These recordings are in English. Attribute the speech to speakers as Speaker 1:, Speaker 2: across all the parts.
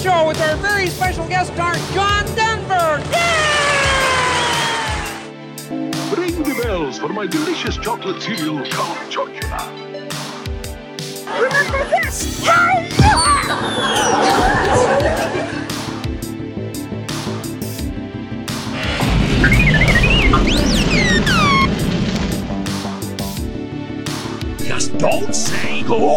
Speaker 1: Show with our very special guest star, John Denver.
Speaker 2: Ring the bells for my delicious chocolate cereal, Count Chocula.
Speaker 3: Remember this! Hello!
Speaker 2: Just don't say go.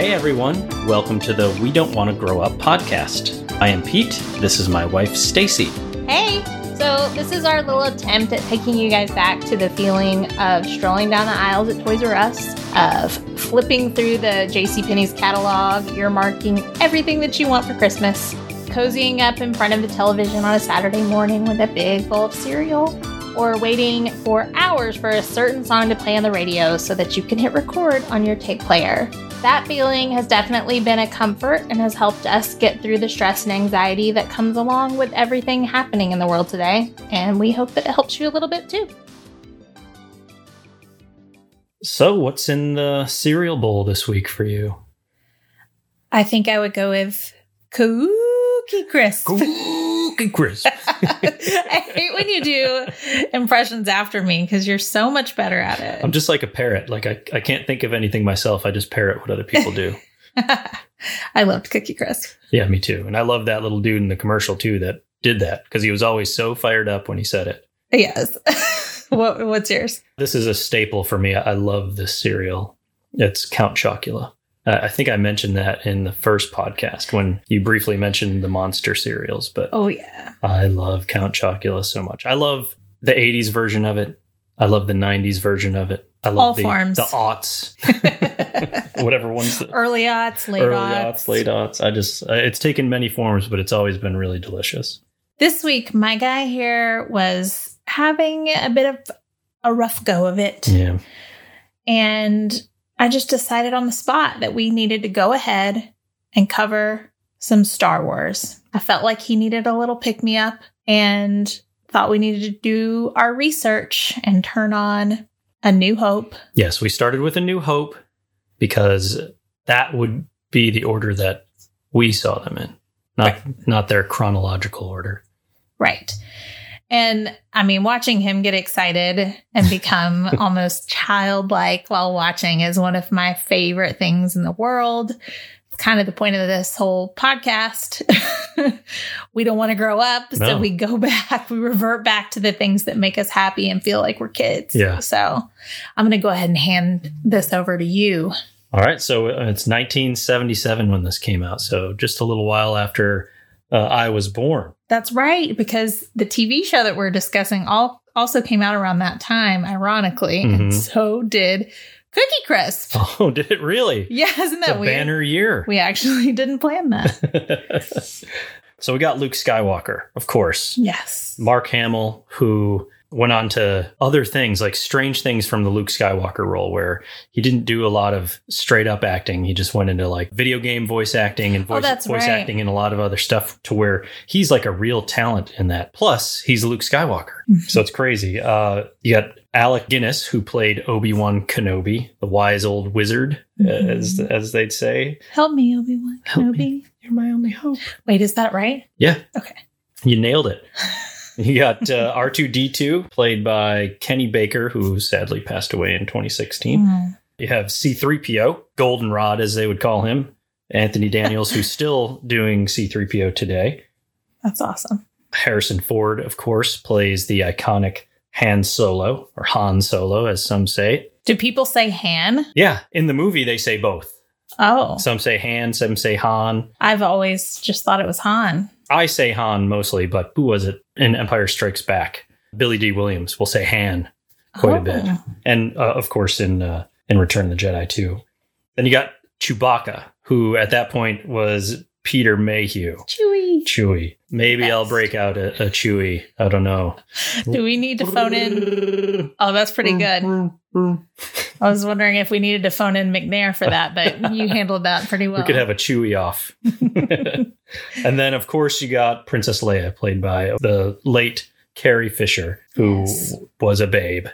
Speaker 4: Hey everyone, welcome to the We Don't Want to Grow Up podcast. I am Pete. This is my wife Stacy.
Speaker 5: Hey! So, this is our little attempt at taking you guys back to the feeling of strolling down the aisles at Toys R Us, of flipping through the JCPenney's catalog, earmarking everything that you want for Christmas, cozying up in front of the television on a Saturday morning with a big bowl of cereal, or waiting for hours for a certain song to play on the radio so that you can hit record on your tape player. That feeling has definitely been a comfort and has helped us get through the stress and anxiety that comes along with everything happening in the world today. And we hope that it helps you a little bit too.
Speaker 4: So, what's in the cereal bowl this week for you?
Speaker 6: I think I would go with Cookie Crisp.
Speaker 4: Cookie crisp.
Speaker 6: I hate when you do impressions after me because you're so much better at it.
Speaker 4: I'm just like a parrot. Like I, I can't think of anything myself. I just parrot what other people do.
Speaker 6: I loved Cookie Crisp.
Speaker 4: yeah, me too. And I love that little dude in the commercial too that did that because he was always so fired up when he said it.
Speaker 6: Yes. what, what's yours?
Speaker 4: This is a staple for me. I I love this cereal. It's Count Chocula. Uh, I think I mentioned that in the first podcast when you briefly mentioned the monster cereals, but
Speaker 6: Oh, yeah.
Speaker 4: I love Count Chocula so much. I love the 80s version of it. I love the 90s version of it. I love
Speaker 6: All
Speaker 4: the,
Speaker 6: forms.
Speaker 4: the aughts, whatever ones the
Speaker 6: Early aughts, late
Speaker 4: early
Speaker 6: aughts.
Speaker 4: aughts, late aughts. I just, uh, it's taken many forms, but it's always been really delicious.
Speaker 6: This week, my guy here was having a bit of a rough go of it.
Speaker 4: Yeah.
Speaker 6: And I just decided on the spot that we needed to go ahead and cover some Star Wars. I felt like he needed a little pick me up and thought we needed to do our research and turn on A New Hope.
Speaker 4: Yes, we started with A New Hope because that would be the order that we saw them in, not not their chronological order.
Speaker 6: Right. And I mean, watching him get excited and become almost childlike while watching is one of my favorite things in the world. It's kind of the point of this whole podcast. we don't want to grow up.
Speaker 4: No.
Speaker 6: So we go back, we revert back to the things that make us happy and feel like we're kids.
Speaker 4: Yeah.
Speaker 6: So I'm going to go ahead and hand this over to you.
Speaker 4: All right, so uh, it's 1977 when this came out, so just a little while after uh, I was born.
Speaker 6: That's right, because the TV show that we're discussing all also came out around that time, ironically,
Speaker 4: Mhm.
Speaker 6: and so did Cookie Crisp.
Speaker 4: Oh, did it really?
Speaker 6: Yeah, isn't
Speaker 4: It's
Speaker 6: that
Speaker 4: a
Speaker 6: weird?
Speaker 4: banner year.
Speaker 6: We actually didn't plan that.
Speaker 4: so we got Luke Skywalker, of course.
Speaker 6: yes.
Speaker 4: Mark Hamill, who went on to other things like strange things from the Luke Skywalker role, where he didn't do a lot of straight up acting. He just went into like video game voice acting and
Speaker 6: Oh,
Speaker 4: voice,
Speaker 6: that's
Speaker 4: voice
Speaker 6: right.
Speaker 4: acting and a lot of other stuff to where he's like a real talent in that. Plus, he's Luke Skywalker. so it's crazy. Uh, you got Alec Guinness, who played Obi Wan Kenobi, the wise old wizard,
Speaker 6: Mhm.
Speaker 4: as, as they'd say.
Speaker 6: Help me, Obi Wan
Speaker 4: Help
Speaker 6: Kenobi.
Speaker 4: me. You're my only hope.
Speaker 6: Wait, is that right?
Speaker 4: Yeah.
Speaker 6: Okay.
Speaker 4: You nailed it. You got uh, R2D2, played by Kenny Baker, who sadly passed away in 2016.
Speaker 6: Mm.
Speaker 4: You have C3PO, Goldenrod, as they would call him, Anthony Daniels, who's still doing C3PO today.
Speaker 6: That's awesome.
Speaker 4: Harrison Ford, of course, plays the iconic Han Solo, or Han Solo, as some say.
Speaker 6: Do people say Han?
Speaker 4: Yeah, in the movie, they say both.
Speaker 6: Oh,
Speaker 4: Some say Han, some say Han.
Speaker 6: I've always just thought it was Han.
Speaker 4: I say Han mostly, but who was it in Empire Strikes Back? Billy D. Williams will say Han quite a
Speaker 6: Oh.
Speaker 4: bit, and uh, of course in uh, in Return of the Jedi too. Then you got Chewbacca, who at that point was Peter Mayhew.
Speaker 6: Chewy.
Speaker 4: Chewie. Maybe I'll
Speaker 6: Best.
Speaker 4: break out a, a Chewie. I don't know.
Speaker 6: Do we need to phone in? Oh, that's pretty good. I was wondering if we needed to phone in McNair for that, but you handled that pretty well.
Speaker 4: We could have a Chewie off. and then of course you got Princess Leia, played by the late Carrie Fisher, who
Speaker 6: Yes.
Speaker 4: was a babe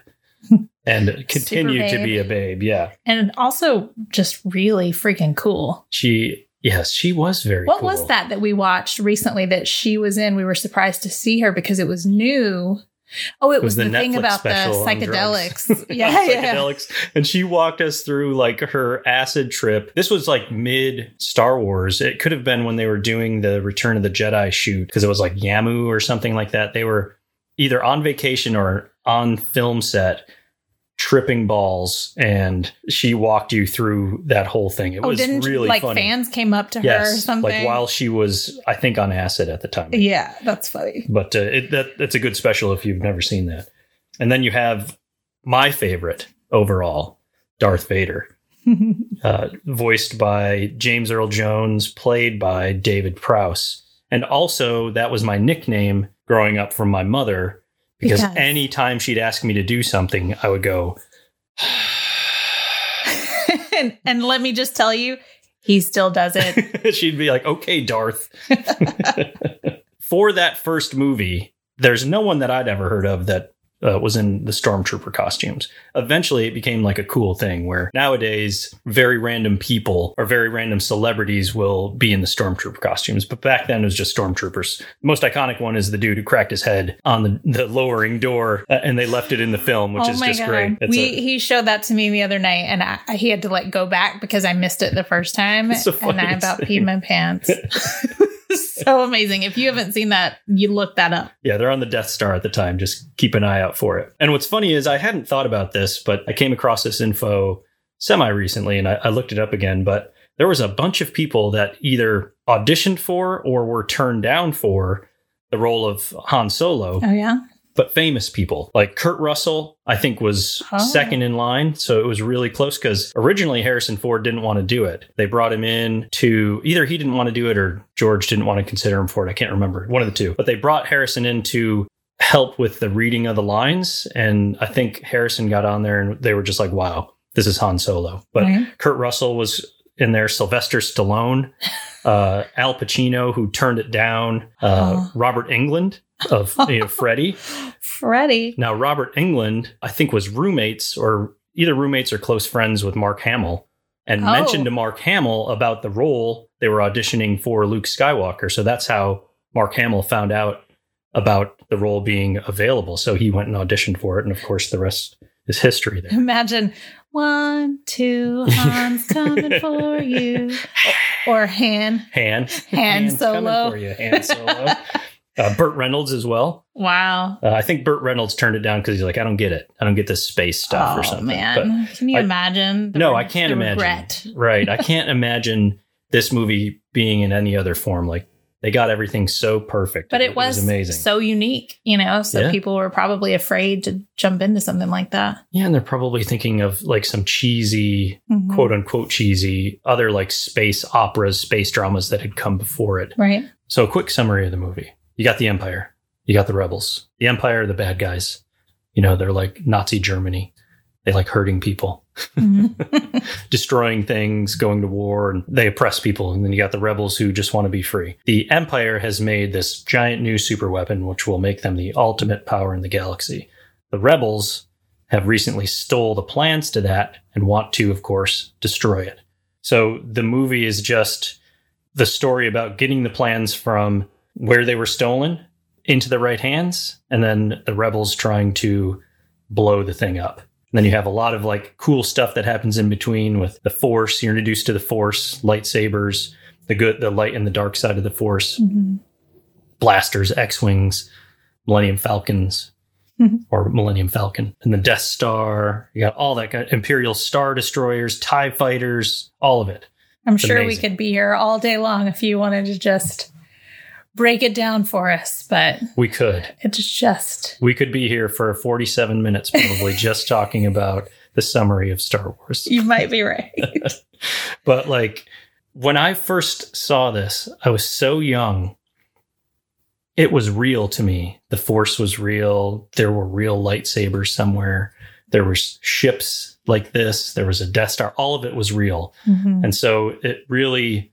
Speaker 4: and continued to
Speaker 6: babe.
Speaker 4: be a babe. Yeah.
Speaker 6: And also just really freaking cool.
Speaker 4: She, yes, she was very
Speaker 6: what
Speaker 4: cool.
Speaker 6: was that that we watched recently that she was in? We were surprised to see her because it was new. Oh, it,
Speaker 4: was
Speaker 6: was,
Speaker 4: the
Speaker 6: the, thing
Speaker 4: Netflix
Speaker 6: about the
Speaker 4: special on drugs.
Speaker 6: psychedelics. yeah, yeah.
Speaker 4: psychedelics. And she walked us through like her acid trip. This was like mid Star Wars. It could have been when they were doing the Return of the Jedi shoot because it was like Yamu or something like that. They were either on vacation or on film set tripping balls and she walked you through that whole thing. It
Speaker 6: Oh,
Speaker 4: was
Speaker 6: didn't
Speaker 4: really
Speaker 6: like
Speaker 4: funny.
Speaker 6: fans came up to her or
Speaker 4: yes,
Speaker 6: something?
Speaker 4: like while she was I think on acid at the time.
Speaker 6: yeah, that's funny.
Speaker 4: But uh, it, that that's a good special if you've never seen that. And then you have my favorite overall, Darth Vader, uh, voiced by James Earl Jones, played by David Prowse, and also that was my nickname growing up from my mother because
Speaker 6: Because-
Speaker 4: anytime she'd ask me to do something, I would go,
Speaker 6: and, and let me just tell you, he still does it.
Speaker 4: she'd be like, okay, Darth. For that first movie, there's no one that I'd ever heard of that uh, was in the stormtrooper costumes. Eventually, it became like a cool thing where nowadays, very random people or very random celebrities will be in the stormtrooper costumes. But back then, it was just stormtroopers. The most iconic one is the dude who cracked his head on the, the lowering door uh, and they left it in the film, which
Speaker 6: oh
Speaker 4: is
Speaker 6: my
Speaker 4: just
Speaker 6: god!
Speaker 4: great. It's
Speaker 6: we
Speaker 4: a-
Speaker 6: he showed that to me the other night, and I, I- he had to like go back because I missed it the first time,
Speaker 4: It's the
Speaker 6: and I
Speaker 4: funniest
Speaker 6: about
Speaker 4: thing.
Speaker 6: peed my pants. so amazing! If you haven't seen that, you look that up.
Speaker 4: Yeah, they're on the Death Star at the time. Just keep an eye out for it. And what's funny is I hadn't thought about this, but I came across this info semi recently and I, I looked it up again. But there was a bunch of people that either auditioned for or were turned down for the role of Han Solo,
Speaker 6: Oh yeah,
Speaker 4: but famous people like Kurt Russell, I think was
Speaker 6: Oh.
Speaker 4: second in line. So it was really close because originally Harrison Ford didn't want to do it. They brought him in to either he didn't want to do it or George didn't want to consider him for it. I can't remember one of the two, but they brought Harrison in to help with the reading of the lines. And I think Harrison got on there and they were just like, wow, this is Han Solo. But
Speaker 6: Right.
Speaker 4: Kurt Russell was in there, Sylvester Stallone, uh, Al Pacino, who turned it down, uh,
Speaker 6: Oh.
Speaker 4: Robert England of you know, Freddie.
Speaker 6: Freddie.
Speaker 4: Now, Robert England, I think, was roommates or either roommates or close friends with Mark Hamill and
Speaker 6: Oh.
Speaker 4: mentioned to Mark Hamill about the role they were auditioning for Luke Skywalker. So that's how Mark Hamill found out about the role being available. So he went and auditioned for it. And of course, the rest is history there.
Speaker 6: Imagine one, two, Han's coming for you, or, or Han.
Speaker 4: Han.
Speaker 6: Han
Speaker 4: Han's coming
Speaker 6: Solo.
Speaker 4: For you, Han Solo. uh, Burt Reynolds as well.
Speaker 6: Wow.
Speaker 4: Uh, I think Burt Reynolds turned it down because he's like, I don't get it. I don't get this space stuff
Speaker 6: oh
Speaker 4: or something. But-
Speaker 6: man, can you
Speaker 4: I-
Speaker 6: imagine? the
Speaker 4: no,
Speaker 6: re-
Speaker 4: I can't
Speaker 6: the
Speaker 4: imagine.
Speaker 6: regret?
Speaker 4: Right. I can't imagine this movie being in any other form. Like they got everything so perfect.
Speaker 6: But it was,
Speaker 4: amazing.
Speaker 6: so unique, you know. So
Speaker 4: Yeah.
Speaker 6: people were probably afraid to jump into something like that.
Speaker 4: yeah, and they're probably thinking of like some cheesy,
Speaker 6: Mhm.
Speaker 4: quote unquote cheesy, other like space operas, space dramas that had come before it.
Speaker 6: right?
Speaker 4: So a quick summary of the movie. You got the Empire. You got the rebels. The Empire are the bad guys. You know, they're like Nazi Germany. They like hurting people.
Speaker 6: Mm-hmm.
Speaker 4: destroying things, going to war, and they oppress people. And then you got the rebels who just want to be free. The Empire has made this giant new super weapon, which will make them the ultimate power in the galaxy. The rebels have recently stole the plans to that and want to, of course, destroy it. So the movie is just the story about getting the plans from where they were stolen into the right hands, and then the rebels trying to blow the thing up. And then you have a lot of like cool stuff that happens in between with the force. You're introduced to the force, lightsabers, the good, the light and the dark side of the force, blasters, X wings, Millennium Falcons, or Millennium Falcon, and the Death Star. You got all that kind Imperial Star Destroyers, Tie Fighters, all of it.
Speaker 6: I'm sure we
Speaker 4: amazing.
Speaker 6: could be here all day long if you wanted to just break it down for us, but
Speaker 4: We could,
Speaker 6: it's just
Speaker 4: we could be here for 47 minutes probably just talking about the summary of Star Wars.
Speaker 6: you might be right.
Speaker 4: But like when I first saw this, I was so young. It was real to me. The force was real. There were real lightsabers somewhere. There were s- ships like this. There was a Death Star. All of it was real.
Speaker 6: Mhm.
Speaker 4: And so it really,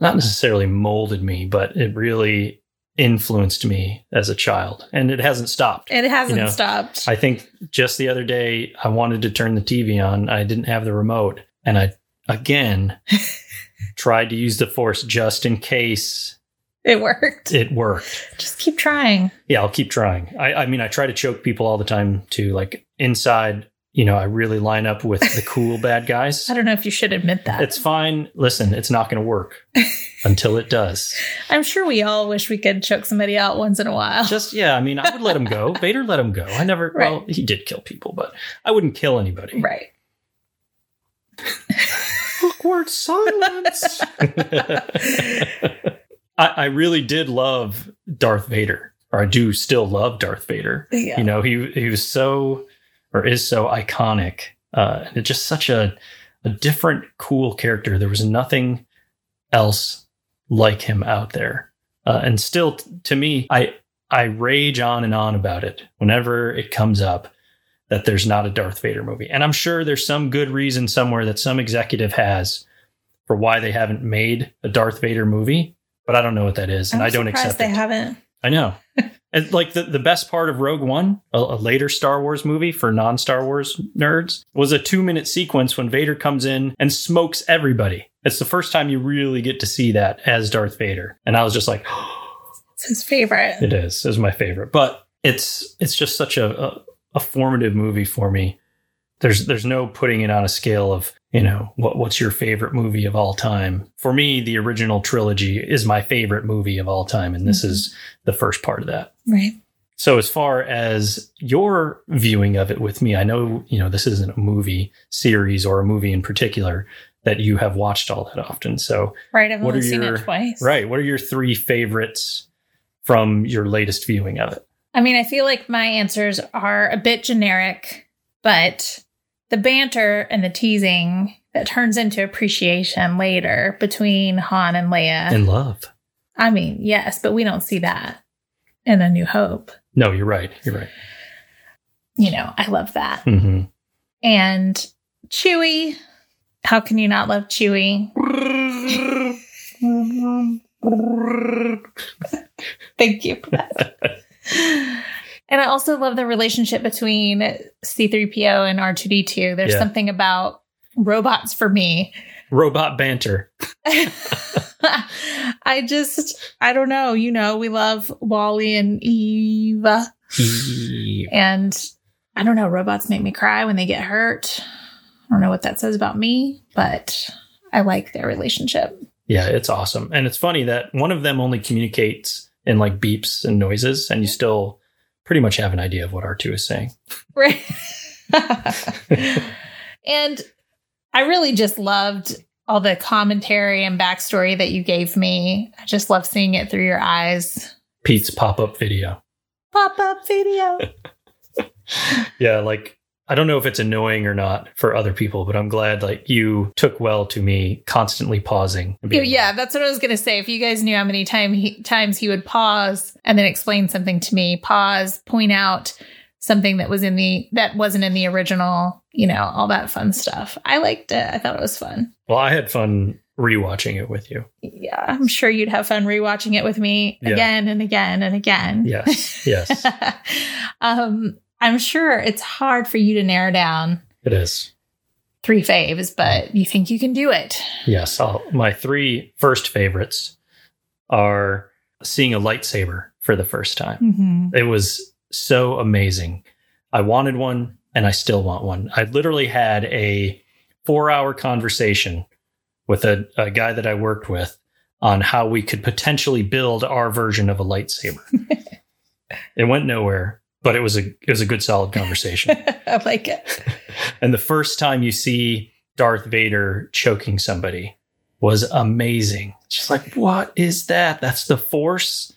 Speaker 4: not necessarily molded me, but it really influenced me as a child, and it hasn't stopped.
Speaker 6: It hasn't
Speaker 4: You know,
Speaker 6: stopped.
Speaker 4: I think just the other day I wanted to turn the TV on. I didn't have the remote, and I again tried to use the force just in case
Speaker 6: it worked.
Speaker 4: it worked.
Speaker 6: Just keep trying.
Speaker 4: Yeah, I'll keep trying. I, I mean, I try to choke people all the time too. Like inside, you know, I really line up with the cool bad guys.
Speaker 6: I don't know if you should admit that.
Speaker 4: It's fine. Listen, it's not going to work until it does.
Speaker 6: I'm sure we all wish we could choke somebody out once in a while.
Speaker 4: Just yeah, I mean, I would let him go. Vader let him go. I never.
Speaker 6: Right.
Speaker 4: Well, he did kill people, but I wouldn't kill anybody.
Speaker 6: right.
Speaker 4: Awkward silence. I, I really did love Darth Vader, or I do still love Darth Vader.
Speaker 6: Yeah.
Speaker 4: You know, he he was so or is so iconic. Uh, and it's just such a a different, cool character. There was nothing else like him out there. Uh, and still, t- to me, I I rage on and on about it whenever it comes up that there's not a Darth Vader movie. And I'm sure there's some good reason somewhere that some executive has for why they haven't made a Darth Vader movie, but I don't know what that is, and
Speaker 6: I'm
Speaker 4: I don't
Speaker 6: surprised
Speaker 4: accept
Speaker 6: they
Speaker 4: it.
Speaker 6: haven't.
Speaker 4: I know. and like the, the best part of Rogue One, a, a later Star Wars movie for non Star Wars nerds, was a two minute sequence when Vader comes in and smokes everybody. It's the first time you really get to see that as Darth Vader. And I was just like,
Speaker 6: It's his favorite.
Speaker 4: it is. It was my favorite. But it's it's just such a, a, a formative movie for me. There's there's no putting it on a scale of, you know, what what's your favorite movie of all time. For me, the original trilogy is my favorite movie of all time, and this is the first part of that.
Speaker 6: Right.
Speaker 4: So as far as your viewing of it with me, I know, you know, this isn't a movie series or a movie in particular that you have watched all that often. So
Speaker 6: Right. I've
Speaker 4: What
Speaker 6: only
Speaker 4: are
Speaker 6: seen
Speaker 4: your-
Speaker 6: it twice.
Speaker 4: right, what are your three favorites from your latest viewing of it?
Speaker 6: I mean, I feel like my answers are a bit generic, but the banter and the teasing that turns into appreciation later between Han and Leia.
Speaker 4: In love.
Speaker 6: I mean, yes, but we don't see that in A New Hope.
Speaker 4: No, you're right. You're right.
Speaker 6: You know, I love that.
Speaker 4: hmm
Speaker 6: And Chewie. How can you not love Chewie? Thank you for that. and I also love the relationship between C3PO and R2D2. There's
Speaker 4: Yeah.
Speaker 6: something about robots for me.
Speaker 4: Robot banter.
Speaker 6: I just, I don't know. You know, we love Wally and Eva.
Speaker 4: E-
Speaker 6: And I don't know, robots make me cry when they get hurt. I don't know what that says about me, but I like their relationship.
Speaker 4: Yeah, it's awesome. And it's funny that one of them only communicates in like beeps and noises, and you still pretty much have an idea of what R2 is saying.
Speaker 6: Right. and I really just loved all the commentary and backstory that you gave me. I just love seeing it through your eyes.
Speaker 4: Pete's pop up video.
Speaker 6: Pop up video.
Speaker 4: Yeah, like I don't know if it's annoying or not for other people, but I'm glad like you took well to me constantly pausing. and
Speaker 6: Yeah,
Speaker 4: being like,
Speaker 6: yeah, that's what I was gonna say. If you guys knew how many time he, times he would pause and then explain something to me, pause, point out something that was in the that wasn't in the original, you know, all that fun stuff. I liked it. I thought it was fun.
Speaker 4: Well, I had fun rewatching it with you.
Speaker 6: Yeah, I'm sure you'd have fun rewatching it with me
Speaker 4: Yeah.
Speaker 6: again and again and again.
Speaker 4: Yes. Yes.
Speaker 6: um, I'm sure it's hard for you to narrow down
Speaker 4: it is.
Speaker 6: three faves, but you think you can do it.
Speaker 4: Yes. I'll, my three first favorites are seeing a lightsaber for the first time.
Speaker 6: Mm-hmm.
Speaker 4: It was so amazing. I wanted one and I still want one. I literally had a four hour conversation with a, a guy that I worked with on how we could potentially build our version of a lightsaber. it went nowhere, but it was a it was a good solid conversation.
Speaker 6: I like it.
Speaker 4: and the first time you see Darth Vader choking somebody was amazing. It's Just like, what is that? That's the force?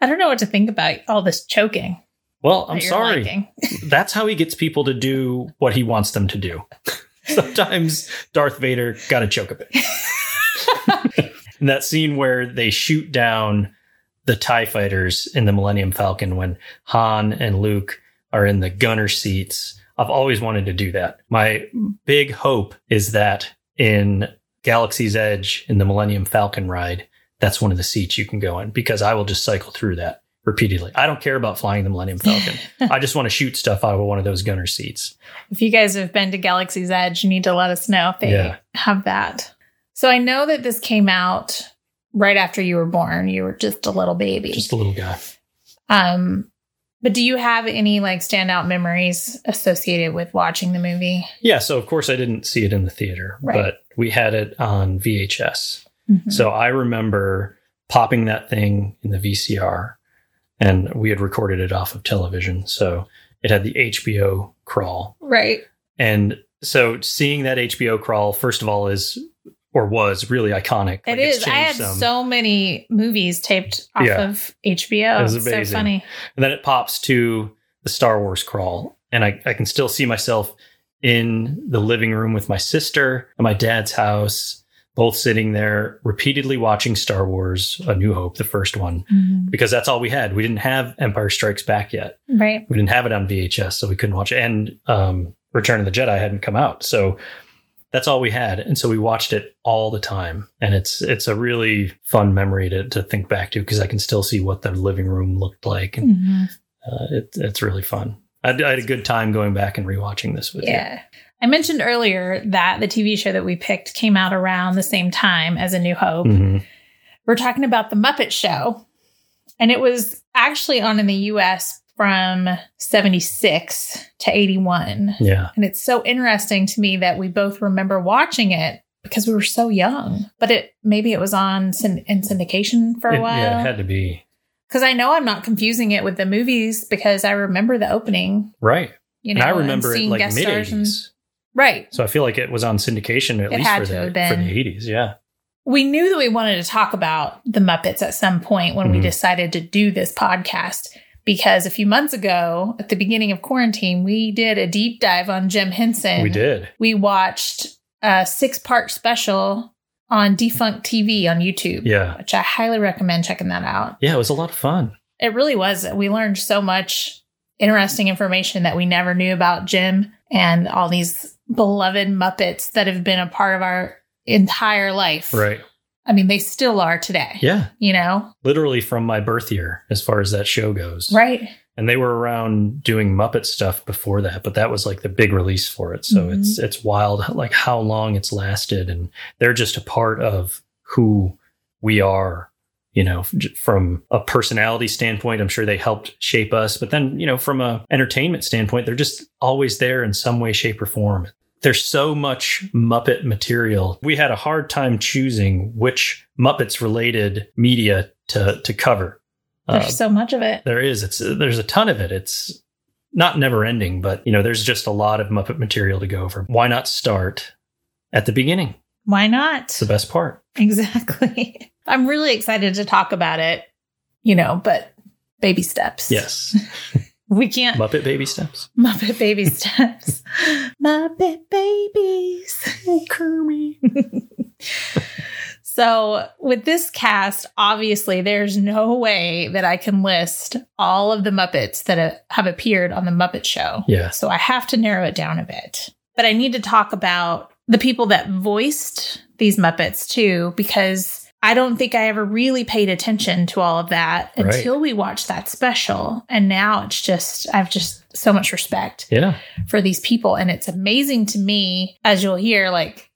Speaker 6: I don't know what to think about all this choking.
Speaker 4: Well, I'm
Speaker 6: that you're
Speaker 4: sorry.
Speaker 6: liking.
Speaker 4: that's how he gets people to do what he wants them to do. Sometimes Darth Vader got to choke a bit. and that scene where they shoot down the TIE fighters in the Millennium Falcon when Han and Luke are in the gunner seats. I've always wanted to do that. My big hope is that in Galaxy's Edge in the Millennium Falcon ride, that's one of the seats you can go in because I will just cycle through that repeatedly. I don't care about flying the Millennium Falcon. I just want to shoot stuff out of one of those gunner seats.
Speaker 6: If you guys have been to Galaxy's Edge, you need to let us know if they
Speaker 4: Yeah.
Speaker 6: have that. So I know that this came out right after you were born. You were just a little baby.
Speaker 4: Just a little guy.
Speaker 6: um, but do you have any like standout memories associated with watching the movie?
Speaker 4: Yeah, so of course I didn't see it in the theater,
Speaker 6: Right. Mm-hmm.
Speaker 4: but we had it on VHS. So I remember popping that thing in the VCR, and we had recorded it off of television. So it had the HBO crawl.
Speaker 6: right.
Speaker 4: And so seeing that HBO crawl, first of all, is or was really iconic. Like,
Speaker 6: It
Speaker 4: it's
Speaker 6: is. I had
Speaker 4: changed some.
Speaker 6: so many movies taped off
Speaker 4: Yeah.
Speaker 6: of HBO.
Speaker 4: It was
Speaker 6: It's
Speaker 4: amazing.
Speaker 6: so funny.
Speaker 4: And then it pops to the Star Wars crawl. And I, I can still see myself in the living room with my sister and my dad's house, both sitting there repeatedly watching Star Wars A New Hope, the first one, because that's all we had. We didn't have Empire Strikes Back yet.
Speaker 6: Right.
Speaker 4: We didn't have it on VHS, so we couldn't watch it. And um, Return of the Jedi hadn't come out. So that's all we had. And so we watched it all the time. And it's it's a really fun memory to, to think back to because I can still see what the living room looked like and uh, it, it's really fun. I, I had a good time going back and rewatching this with you.
Speaker 6: Yeah. I mentioned earlier that the TV show that we picked came out around the same time as A New Hope.
Speaker 4: Mhm.
Speaker 6: We're talking about The Muppet Show. And it was actually on in the US from 76 to 81.
Speaker 4: Yeah.
Speaker 6: And it's so interesting to me that we both remember watching it because we were so young. But it maybe it was on syn- in syndication for
Speaker 4: It-
Speaker 6: a
Speaker 4: yeah, it
Speaker 6: while.
Speaker 4: had to be.
Speaker 6: Because I know I'm not confusing it with the movies because I remember the opening.
Speaker 4: Right.
Speaker 6: You
Speaker 4: And
Speaker 6: know,
Speaker 4: I remember it
Speaker 6: seeing
Speaker 4: like
Speaker 6: guest
Speaker 4: mid
Speaker 6: stars and-
Speaker 4: 80s.
Speaker 6: right.
Speaker 4: So I feel like it was on syndication at
Speaker 6: It
Speaker 4: least
Speaker 6: had
Speaker 4: for
Speaker 6: to
Speaker 4: the,
Speaker 6: have
Speaker 4: for
Speaker 6: been.
Speaker 4: the 80s. Yeah.
Speaker 6: we knew that we wanted to talk about the Muppets at some point when we
Speaker 4: Mhm.
Speaker 6: decided to do this podcast because a few months ago, at the beginning of quarantine, we did a deep dive on Jim Henson.
Speaker 4: we did.
Speaker 6: We watched a six part special on Defunct TV on YouTube,
Speaker 4: Yeah.
Speaker 6: which I highly recommend checking that out.
Speaker 4: Yeah. It was a lot of fun.
Speaker 6: It really was. We learned so much interesting information that we never knew about Jim and all these beloved Muppets that have been a part of our entire life.
Speaker 4: Right.
Speaker 6: I mean, they still are today.
Speaker 4: Yeah.
Speaker 6: You know?
Speaker 4: Literally from my birth year, as far as that show goes.
Speaker 6: Right.
Speaker 4: And they were around doing Muppet stuff before that, but that was like the big release for it. So
Speaker 6: Mhm.
Speaker 4: it's it's wild like how long it's lasted and they're just a part of who we are, you know, f- j- from a personality standpoint, I'm sure they helped shape us, but then, you know, from a entertainment standpoint, they're just always there in some way shape or form. There's so much Muppet material. We had a hard time choosing which Muppets related media to to cover. Uh,
Speaker 6: There's so much of it.
Speaker 4: there is. It's there's a ton of it. It's not never ending, but you know, there's just a lot of Muppet material to go over. Why not start at the beginning?
Speaker 6: Why not?
Speaker 4: It's the best part.
Speaker 6: Exactly. I'm really excited to talk about it, you know, but baby steps.
Speaker 4: Yes,
Speaker 6: We can't
Speaker 4: Muppet baby steps.
Speaker 6: Muppet baby steps. Muppet babies. Kermit. so, with this cast, obviously, there's no way that I can list all of the Muppets that uh, have appeared on The Muppet Show.
Speaker 4: Yes.
Speaker 6: So I have to narrow it down a bit. But I need to talk about the people that voiced these Muppets too, because I don't think I ever really paid attention to all of that
Speaker 4: Right.
Speaker 6: until we watched that special. And now it's just, I've just so much respect
Speaker 4: Yeah.
Speaker 6: for these people. And it's amazing to me, as you'll hear, like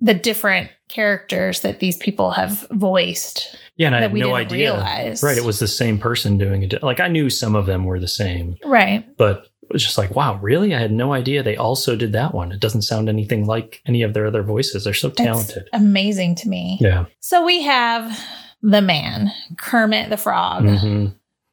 Speaker 6: the different characters that these people have voiced
Speaker 4: Yeah, and I
Speaker 6: that
Speaker 4: had
Speaker 6: we
Speaker 4: no
Speaker 6: didn't
Speaker 4: idea.
Speaker 6: realize.
Speaker 4: Right, it was the same person doing it. Like I knew some of them were the same,
Speaker 6: Right.
Speaker 4: but it was just like, wow, really? I had no idea they also did that one. It doesn't sound anything like any of their other voices. They're so
Speaker 6: It's
Speaker 4: talented.
Speaker 6: amazing to me.
Speaker 4: yeah.
Speaker 6: So we have the man, Kermit the Frog.
Speaker 4: hmm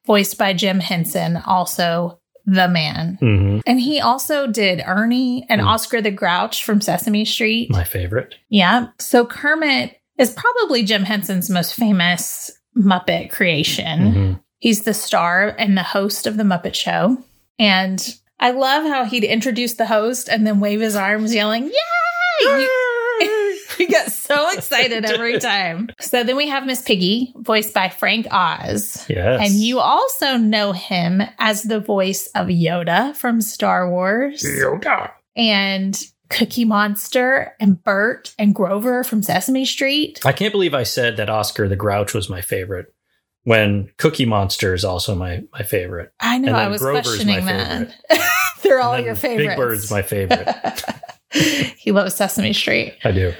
Speaker 6: voiced by Jim Henson, also the man.
Speaker 4: hmm
Speaker 6: And he also did Ernie and
Speaker 4: Mm.
Speaker 6: Oscar the Grouch from Sesame Street.
Speaker 4: My favorite.
Speaker 6: Yeah. So Kermit is probably Jim Henson's most famous Muppet creation.
Speaker 4: hmm
Speaker 6: He's the star and the host of The Muppet Show. And I love how he'd introduce the host and then wave his arms, yelling, Yay! You, he got so excited every time. So then we have Miss Piggy, voiced by Frank Oz.
Speaker 4: Yes.
Speaker 6: And you also know him as the voice of Yoda from Star Wars. Yoda. And Cookie Monster and Bert and Grover from Sesame Street.
Speaker 4: I can't believe I said that Oscar the Grouch was my favorite when Cookie Monster is also my, my favorite.
Speaker 6: I know
Speaker 4: And
Speaker 6: I
Speaker 4: then
Speaker 6: was
Speaker 4: Grover's
Speaker 6: questioning
Speaker 4: my
Speaker 6: that. They're all
Speaker 4: And
Speaker 6: your
Speaker 4: then
Speaker 6: favorites.
Speaker 4: Big Bird's my favorite.
Speaker 6: he loves Sesame Street.
Speaker 4: I do.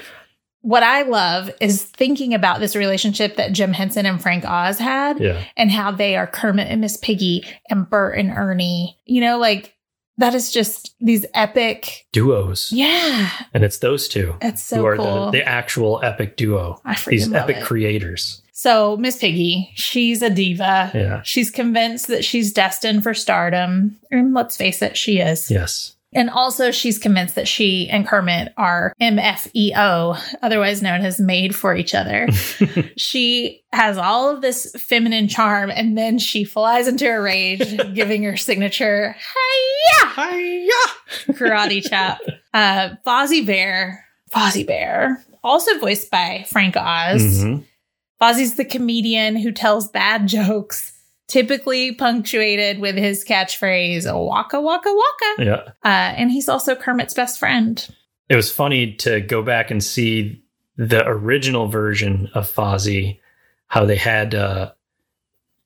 Speaker 6: What I love is thinking about this relationship that Jim Henson and Frank Oz had
Speaker 4: Yeah.
Speaker 6: and how they are Kermit and Miss Piggy and Bert and Ernie. You know, like that is just these epic.
Speaker 4: Duos.
Speaker 6: Yeah,
Speaker 4: And it's those two
Speaker 6: that's
Speaker 4: who
Speaker 6: so
Speaker 4: are
Speaker 6: cool.
Speaker 4: the, the actual epic duo.
Speaker 6: I freaking
Speaker 4: These
Speaker 6: love
Speaker 4: epic
Speaker 6: it.
Speaker 4: creators.
Speaker 6: so Miss Piggy, she's a diva.
Speaker 4: Yeah.
Speaker 6: She's convinced that she's destined for stardom. And let's face it, she is.
Speaker 4: Yes.
Speaker 6: And also, she's convinced that she and Kermit are MFEO, otherwise known as made for each other. she has all of this feminine charm, and then she flies into a rage, giving her signature hiya karate chop. Uh, Fozzie Bear, Fozzie Bear, also voiced by Frank Oz.
Speaker 4: Mhm.
Speaker 6: Fozzie's the comedian who tells bad jokes, typically punctuated with his catchphrase "Waka waka waka."
Speaker 4: Yeah.
Speaker 6: Uh, and he's also Kermit's best friend.
Speaker 4: it was funny to go back and see the original version of Fozzie, how they had uh,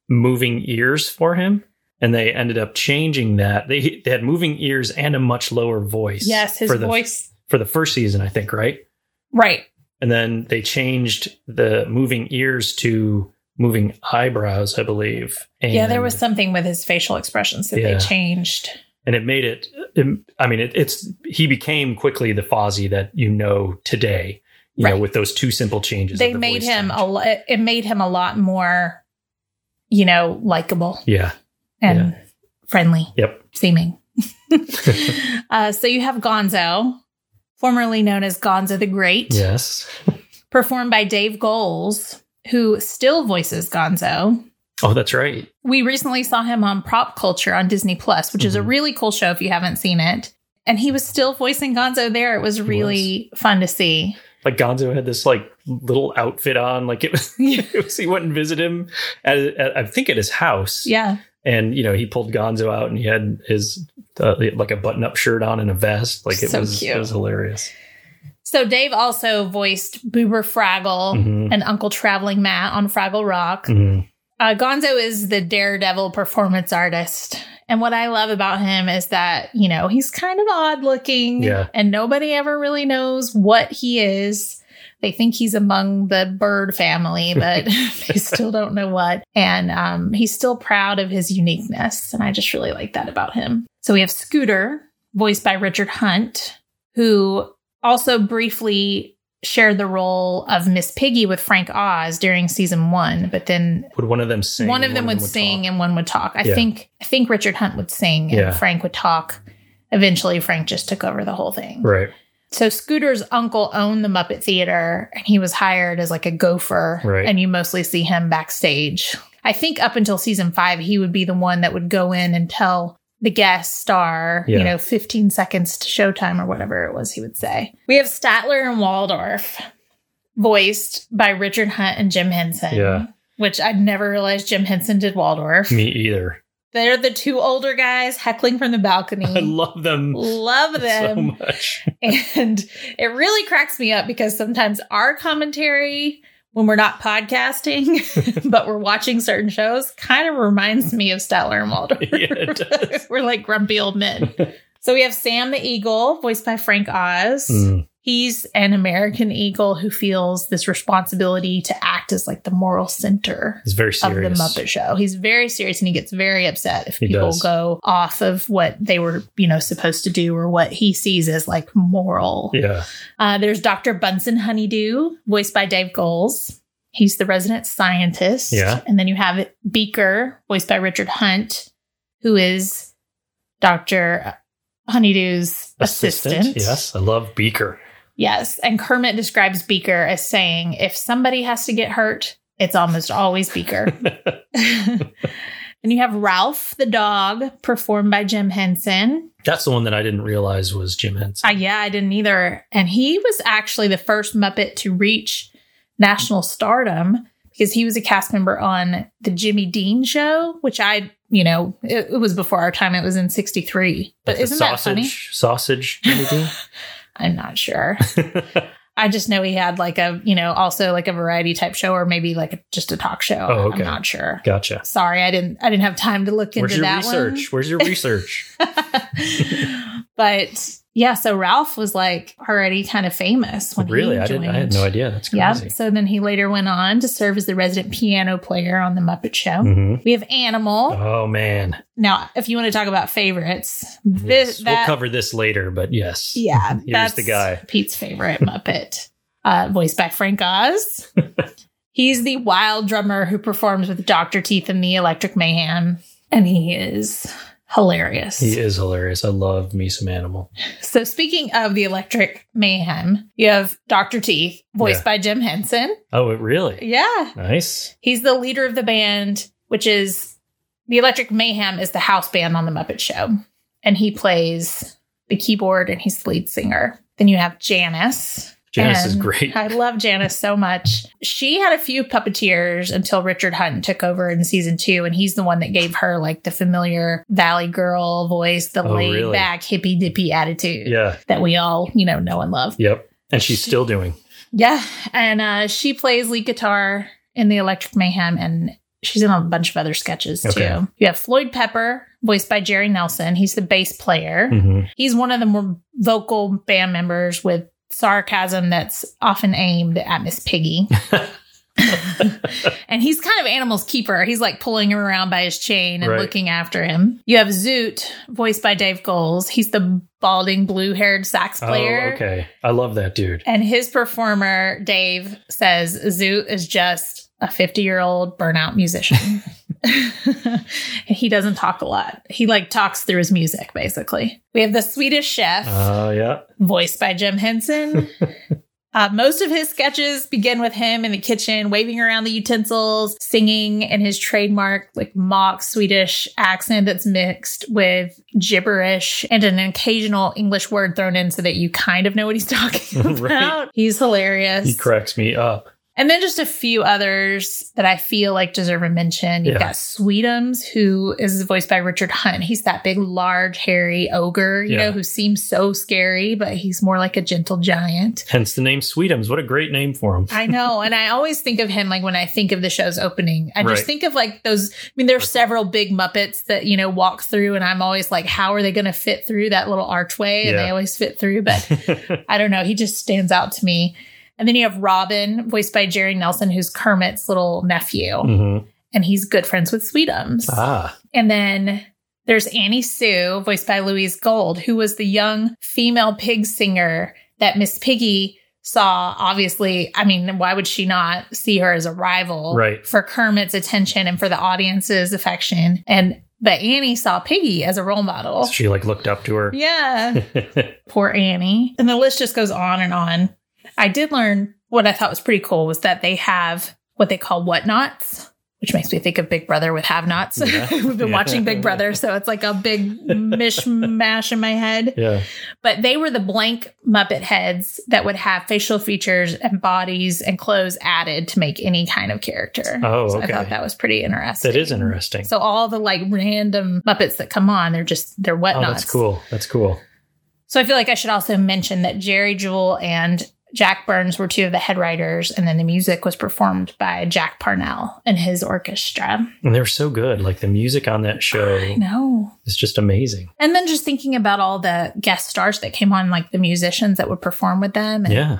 Speaker 4: moving ears for him, and they ended up changing that. They they had moving ears and a much lower voice.
Speaker 6: Yes, his
Speaker 4: for the,
Speaker 6: voice.
Speaker 4: for the first season, I think, right?
Speaker 6: Right.
Speaker 4: And then they changed the moving ears to moving eyebrows, I believe. And,
Speaker 6: yeah, there was something with his facial expressions that
Speaker 4: Yeah.
Speaker 6: they changed.
Speaker 4: and it made it. it- I mean, it, it's he became quickly the Fozzie that you know today. You know,
Speaker 6: Right.
Speaker 4: with those two simple changes. of
Speaker 6: They
Speaker 4: the
Speaker 6: made
Speaker 4: voice
Speaker 6: him
Speaker 4: change.
Speaker 6: a lot. It made him a lot more, you know, likable
Speaker 4: Yeah.
Speaker 6: and friendly
Speaker 4: Yep.
Speaker 6: seeming. uh, so you have Gonzo, formerly known as Gonzo the Great.
Speaker 4: Yes.
Speaker 6: performed by Dave Goles, who still voices Gonzo.
Speaker 4: Oh, that's right.
Speaker 6: We recently saw him on Prop Culture on Disney Plus, which is a
Speaker 4: Mhm.
Speaker 6: really cool show if you haven't seen it. And he was still voicing Gonzo there. It was really fun to see.
Speaker 4: Like Gonzo had this like little outfit on, like it was. it was- he went and visited him at, at I think at his house.
Speaker 6: Yeah.
Speaker 4: And you know he pulled Gonzo out, and he had his uh, like a button-up shirt on and a vest. Like it
Speaker 6: So
Speaker 4: was
Speaker 6: cute.
Speaker 4: it was hilarious.
Speaker 6: So Dave also voiced Boober Fraggle
Speaker 4: Mhm.
Speaker 6: and Uncle Traveling Matt on Fraggle Rock.
Speaker 4: Mhm.
Speaker 6: Uh, Gonzo is the daredevil performance artist. And what I love about him is that, you know, he's kind of odd looking
Speaker 4: Yeah.
Speaker 6: and nobody ever really knows what he is. They think he's among the bird family, but they still don't know what. And um, he's still proud of his uniqueness. And I just really like that about him. So we have Scooter, voiced by Richard Hunt, who also briefly shared the role of Miss Piggy with Frank Oz during season one, but then
Speaker 4: Would one of them sing?
Speaker 6: one of
Speaker 4: and
Speaker 6: them would, sing
Speaker 4: talk?
Speaker 6: and one would talk. I
Speaker 4: Yeah.
Speaker 6: think I think Richard Hunt would sing and
Speaker 4: Yeah.
Speaker 6: Frank would talk. Eventually, Frank just took over the whole thing.
Speaker 4: Right.
Speaker 6: So Scooter's uncle owned the Muppet Theater, and he was hired as like a gopher.
Speaker 4: Right.
Speaker 6: And you mostly see him backstage. I think up until season five, he would be the one that would go in and tell the guest star, you
Speaker 4: Yeah.
Speaker 6: know, 15 seconds to showtime or whatever it was he would say. We have Statler and Waldorf, voiced by Richard Hunt and Jim Henson.
Speaker 4: Yeah. Hmm.
Speaker 6: Which I'd never realized Jim Henson did Waldorf.
Speaker 4: Me either.
Speaker 6: They're the two older guys heckling from the balcony.
Speaker 4: I love them,
Speaker 6: Love them.
Speaker 4: so much.
Speaker 6: And it really cracks me up because sometimes our commentary, when we're not podcasting, but we're watching certain shows, kind of reminds me of Statler and Waldorf.
Speaker 4: Yeah, it does.
Speaker 6: we're like grumpy old men. so we have Sam the Eagle, voiced by Frank Oz.
Speaker 4: Mm.
Speaker 6: He's an American eagle who feels this responsibility to act as like the moral center
Speaker 4: It's very serious.
Speaker 6: of the Muppet Show. He's very serious and he gets very upset if
Speaker 4: He
Speaker 6: people
Speaker 4: does.
Speaker 6: go off of what they were, you know, supposed to do or what he sees as like moral.
Speaker 4: Yeah.
Speaker 6: Uh, there's Dr. Bunsen Honeydew, voiced by Dave Goles. He's the resident scientist.
Speaker 4: Yeah.
Speaker 6: And then you have Beaker, voiced by Richard Hunt, who is Dr. Honeydew's assistant.
Speaker 4: Yes, I love Beaker.
Speaker 6: Yes. And Kermit describes Beaker as saying, if somebody has to get hurt, it's almost always Beaker. and you have Ralph the dog, performed by Jim Henson.
Speaker 4: That's the one that I didn't realize was Jim Henson.
Speaker 6: Uh, yeah, I didn't either. And he was actually the first Muppet to reach national stardom because he was a cast member on the Jimmy Dean show, which I, you know, it, it was before our time. It was in 63. But
Speaker 4: Like the
Speaker 6: isn't that
Speaker 4: sausage,
Speaker 6: funny?
Speaker 4: Sausage, Jimmy Dean?
Speaker 6: I'm not sure. I just know he had like a, you know, also like a variety type show or maybe like a, just a talk show.
Speaker 4: Oh, okay.
Speaker 6: I'm not sure.
Speaker 4: gotcha.
Speaker 6: Sorry, I didn't I didn't have time to look
Speaker 4: Where's
Speaker 6: into
Speaker 4: your
Speaker 6: that
Speaker 4: research?
Speaker 6: one.
Speaker 4: Where's your research?
Speaker 6: but yeah, so Ralph was like already kind of famous when
Speaker 4: really,
Speaker 6: he
Speaker 4: I didn't. I had no
Speaker 6: joined.
Speaker 4: idea. That's
Speaker 6: Yep.
Speaker 4: crazy.
Speaker 6: So then he later went on to serve as the resident piano player on the Muppet Show.
Speaker 4: hmm
Speaker 6: We have Animal.
Speaker 4: Oh man,
Speaker 6: Now, if you want to talk about favorites,
Speaker 4: Yes.
Speaker 6: this that,
Speaker 4: we'll cover this later, but yes,
Speaker 6: yeah,
Speaker 4: Here's the guy.
Speaker 6: Pete's favorite Muppet, uh, voiced by Frank Oz. He's the wild drummer who performs with Doctor Teeth and the Electric Mayhem, and he is hilarious.
Speaker 4: he is hilarious. I love me some animal.
Speaker 6: So, speaking of the Electric Mayhem, you have Doctor Teeth, voiced
Speaker 4: Yeah.
Speaker 6: by Jim Henson.
Speaker 4: Oh, it really
Speaker 6: Yeah,
Speaker 4: nice.
Speaker 6: He's the leader of the band, which is the Electric Mayhem is the house band on the Muppet Show. And he plays the keyboard and he's the lead singer. Then you have Janice.
Speaker 4: Janice is
Speaker 6: And
Speaker 4: great.
Speaker 6: I love Janice so much. She had a few puppeteers until Richard Hunt took over in season two, and he's the one that gave her like the familiar Valley Girl voice, the
Speaker 4: Oh, really?
Speaker 6: laid back hippy dippy attitude
Speaker 4: yeah.
Speaker 6: that we all, you know, know and love.
Speaker 4: Yep. And she's still doing.
Speaker 6: Yeah, and uh, she plays lead guitar in the Electric Mayhem, and she's in a bunch of other sketches too.
Speaker 4: Okay.
Speaker 6: You have Floyd Pepper, voiced by Jerry Nelson. He's the bass player.
Speaker 4: Mhm.
Speaker 6: He's one of the more vocal band members with sarcasm that's often aimed at Miss Piggy. and he's kind of animal's keeper. He's like pulling him around by his chain and
Speaker 4: Right.
Speaker 6: looking after him. You have Zoot, voiced by Dave Goles. He's the balding, blue-haired sax player.
Speaker 4: Oh, okay. I love that dude.
Speaker 6: And his performer, Dave, says Zoot is just a 50 year old burnout musician. he doesn't talk a lot. He like talks through his music, basically. We have the Swedish chef,
Speaker 4: Oh yeah.
Speaker 6: voiced by Jim Henson. Uh, most of his sketches begin with him in the kitchen, waving around the utensils, singing in his trademark, like mock Swedish accent that's mixed with gibberish and an occasional English word thrown in so that you kind of know what he's talking
Speaker 4: Right.
Speaker 6: about. He's hilarious.
Speaker 4: He cracks me up.
Speaker 6: And then just a few others that I feel like deserve a mention. You've
Speaker 4: Yeah.
Speaker 6: got Sweetums, who is voiced by Richard Hunt. He's that big, large, hairy ogre, you
Speaker 4: Yeah.
Speaker 6: know, who seems so scary, but he's more like a gentle giant.
Speaker 4: Hence the name Sweetums. What a great name for him.
Speaker 6: I know. and I always think of him like when I think of the show's opening. I
Speaker 4: Right.
Speaker 6: just think of like those. I mean, there are several big Muppets that, you know, walk through, and I'm always like, how are they going to fit through that little archway? And
Speaker 4: Yeah.
Speaker 6: they always fit through, but I don't know. He just stands out to me. And then you have Robin, voiced by Jerry Nelson, who's Kermit's little nephew,
Speaker 4: Mhm.
Speaker 6: and he's good friends with Sweetums.
Speaker 4: Ah,
Speaker 6: And then there's Annie Sue, voiced by Louise Gold, who was the young female pig singer that Miss Piggy saw. Obviously, I mean, why would she not see her as a rival
Speaker 4: Right.
Speaker 6: for Kermit's attention and for the audience's affection? And but Annie saw Piggy as a role model.
Speaker 4: so she like looked up to her.
Speaker 6: Yeah. Poor Annie. And the list just goes on and on. I did learn what I thought was pretty cool was that they have what they call whatnots, which makes me think of Big Brother with have nots.
Speaker 4: Yeah.
Speaker 6: We've been
Speaker 4: Yeah.
Speaker 6: watching Big Brother, so it's like a big mishmash in my head.
Speaker 4: yeah.
Speaker 6: But they were the blank Muppet heads that would have facial features and bodies and clothes added to make any kind of character.
Speaker 4: Oh,
Speaker 6: So I
Speaker 4: okay.
Speaker 6: thought that was pretty interesting.
Speaker 4: That is interesting.
Speaker 6: So all the like random Muppets that come on, they're just they're
Speaker 4: oh,
Speaker 6: whatnots.
Speaker 4: that's cool. That's cool.
Speaker 6: So I feel like I should also mention that Jerry Jewell and Jack Burns were two of the head writers, and then the music was performed by Jack Parnell and his orchestra.
Speaker 4: And they're so good. Like the music on that show
Speaker 6: I know.
Speaker 4: is just amazing.
Speaker 6: And then just thinking about all the guest stars that came on, like the musicians that would perform with them. And
Speaker 4: Yeah.